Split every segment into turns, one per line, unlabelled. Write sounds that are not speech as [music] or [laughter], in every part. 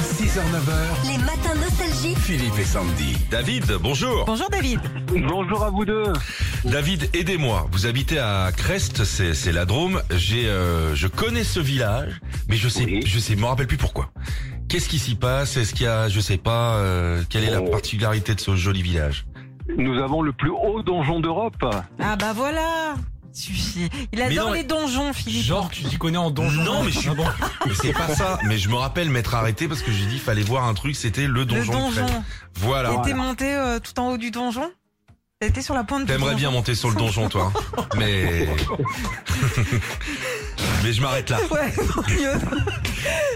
6h-9h,
Les matins nostalgiques.
Philippe et Sandy.
David, bonjour.
Bonjour David.
Bonjour à vous deux.
David, aidez-moi. Vous habitez à Crest, c'est c'est la Drôme. J'ai, euh, je connais ce village, mais je sais,
Oui.
je sais, me rappelle plus pourquoi. Qu'est-ce qui s'y passe Est-ce qu'il y a, je sais pas, euh, quelle est la
Oh.
particularité de ce joli village
Nous avons le plus haut donjon d'Europe.
Ah bah voilà. Suffit. Il
Mais
adore
non,
les donjons, Philippe.
Genre, tu t'y connais en donjon.
Non, mais je suis-
Ah bon
Mais c'est pas ça. Mais je me rappelle m'être arrêté parce que j'ai dit fallait voir un truc. C'était le
le
donjon. de
donjon.
Crest. Voilà.
T'étais monté euh, tout en haut du donjon. T'étais sur la pointe. du
T'aimerais
donjon.
bien monter sur le donjon, toi. hein. Mais [laughs] mais je m'arrête là.
Ouais, [laughs] tant mieux.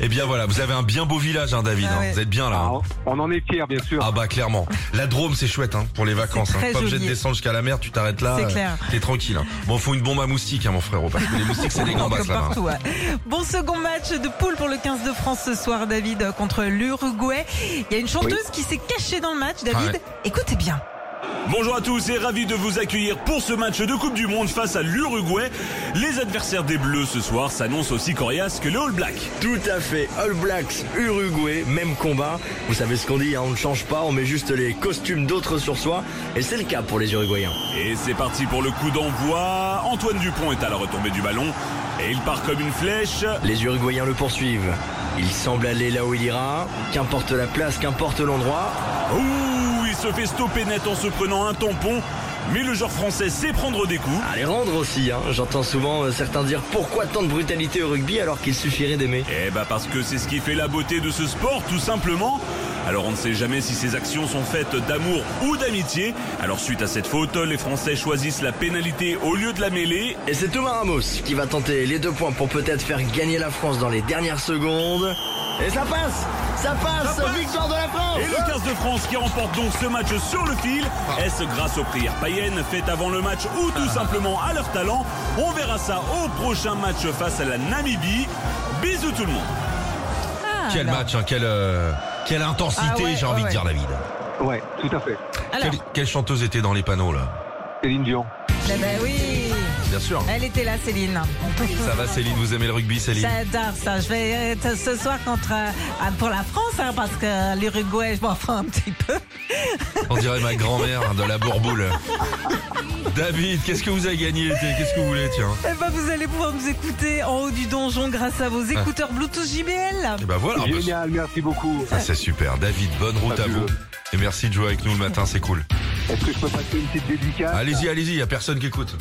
Eh bien voilà, vous avez un bien beau village, hein, David.
Ah
hein.
ouais.
Vous êtes bien là. hein.
Ah, on en est fiers, bien sûr.
Ah bah clairement. La Drôme c'est chouette hein, pour les vacances.
très
Hein. Pas obligé de
joli.
descendre jusqu'à la mer, tu t'arrêtes là.
C'est
euh,
clair.
T'es tranquille. Hein. Bon, faut une bombe à moustiques, hein, mon frère. Parce que les moustiques c'est des gambas
Donc,
là-bas.
partout, ouais. Bon second match de poule pour le 15 de France ce soir, David, euh, contre l'Uruguay. Il y a une chanteuse qui s'est cachée dans le match, David.
Ah Ouais.
Écoutez bien.
Bonjour à tous et ravi de vous accueillir pour ce match de Coupe du Monde face à l'Uruguay. Les adversaires des Bleus ce soir s'annoncent aussi coriaces que les All Blacks.
Tout à fait, All Blacks, Uruguay, même combat. Vous savez ce qu'on dit, hein, on ne change pas, on met juste les costumes d'autres sur soi. Et c'est le cas pour les Uruguayens.
Et c'est parti pour le coup d'envoi. Antoine Dupont est à la retombée du ballon et il part comme une flèche.
Les Uruguayens le poursuivent. Il semble aller là où il ira. Qu'importe la place, qu'importe l'endroit.
Ouh, il se fait stopper net en se prenant un tampon. Mais le joueur français sait prendre des coups.
À les rendre aussi, hein. J'entends souvent euh, certains dire pourquoi tant de brutalité au rugby alors qu'il suffirait d'aimer.
Eh bah parce que c'est ce qui fait la beauté de ce sport, tout simplement. Alors on ne sait jamais si ces actions sont faites d'amour ou d'amitié. Alors suite à cette faute, les Français choisissent la pénalité au lieu de la mêlée.
Et c'est Thomas Ramos qui va tenter les deux points pour peut-être faire gagner la France dans les dernières secondes. Et ça passe Ça passe, Victoire de la France
Et le 15 de France qui remporte donc ce match sur le fil. Est-ce grâce aux prières païennes faites avant le match ou tout simplement à leur talent On verra ça au prochain match face à la Namibie. Bisous tout le monde.
Quel
Alors.
match, hein, quelle euh, quelle intensité,
Ah ouais,
j'ai envie
ouais.
de dire, David.
Ouais, tout à fait.
Alors,
Quelle, quelle chanteuse était dans les panneaux là
Céline Dion.
eh ben oui,
Bien sûr.
elle était là, Céline.
Ça va, Céline. Vous aimez le rugby, Céline
J'adore ça. Je vais être ce soir contre euh, ah, pour la France hein, parce que l'Uruguay, je m'en fous un petit peu.
On dirait ma grand-mère hein, de la
[laughs]
Bourboule. David, qu'est-ce que vous avez gagné l'été Qu'est-ce que vous voulez, tiens
Eh ben, vous allez pouvoir nous écouter en haut du donjon grâce à vos écouteurs Bluetooth JBL.
Et ben voilà. un peu-
Génial, merci beaucoup.
Ah, c'est super. David, bonne route à vous.
Fabuleux.
Et merci de jouer avec nous le matin, c'est cool.
Est-ce que je peux passer une petite dédicace
Allez-y, allez-y, y a personne qui écoute.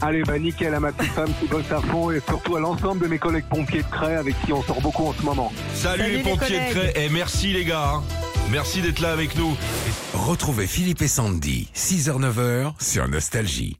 Allez, bah nickel à ma petite femme qui bosse à fond et surtout à l'ensemble de mes collègues pompiers de Cray avec qui on sort beaucoup en ce moment.
Salut,
Salut
les
les
pompiers de
collègues.
Cray. Et merci les gars. hein. Merci d'être là avec nous.
Retrouvez Philippe et Sandy, 6h-9h sur Nostalgie.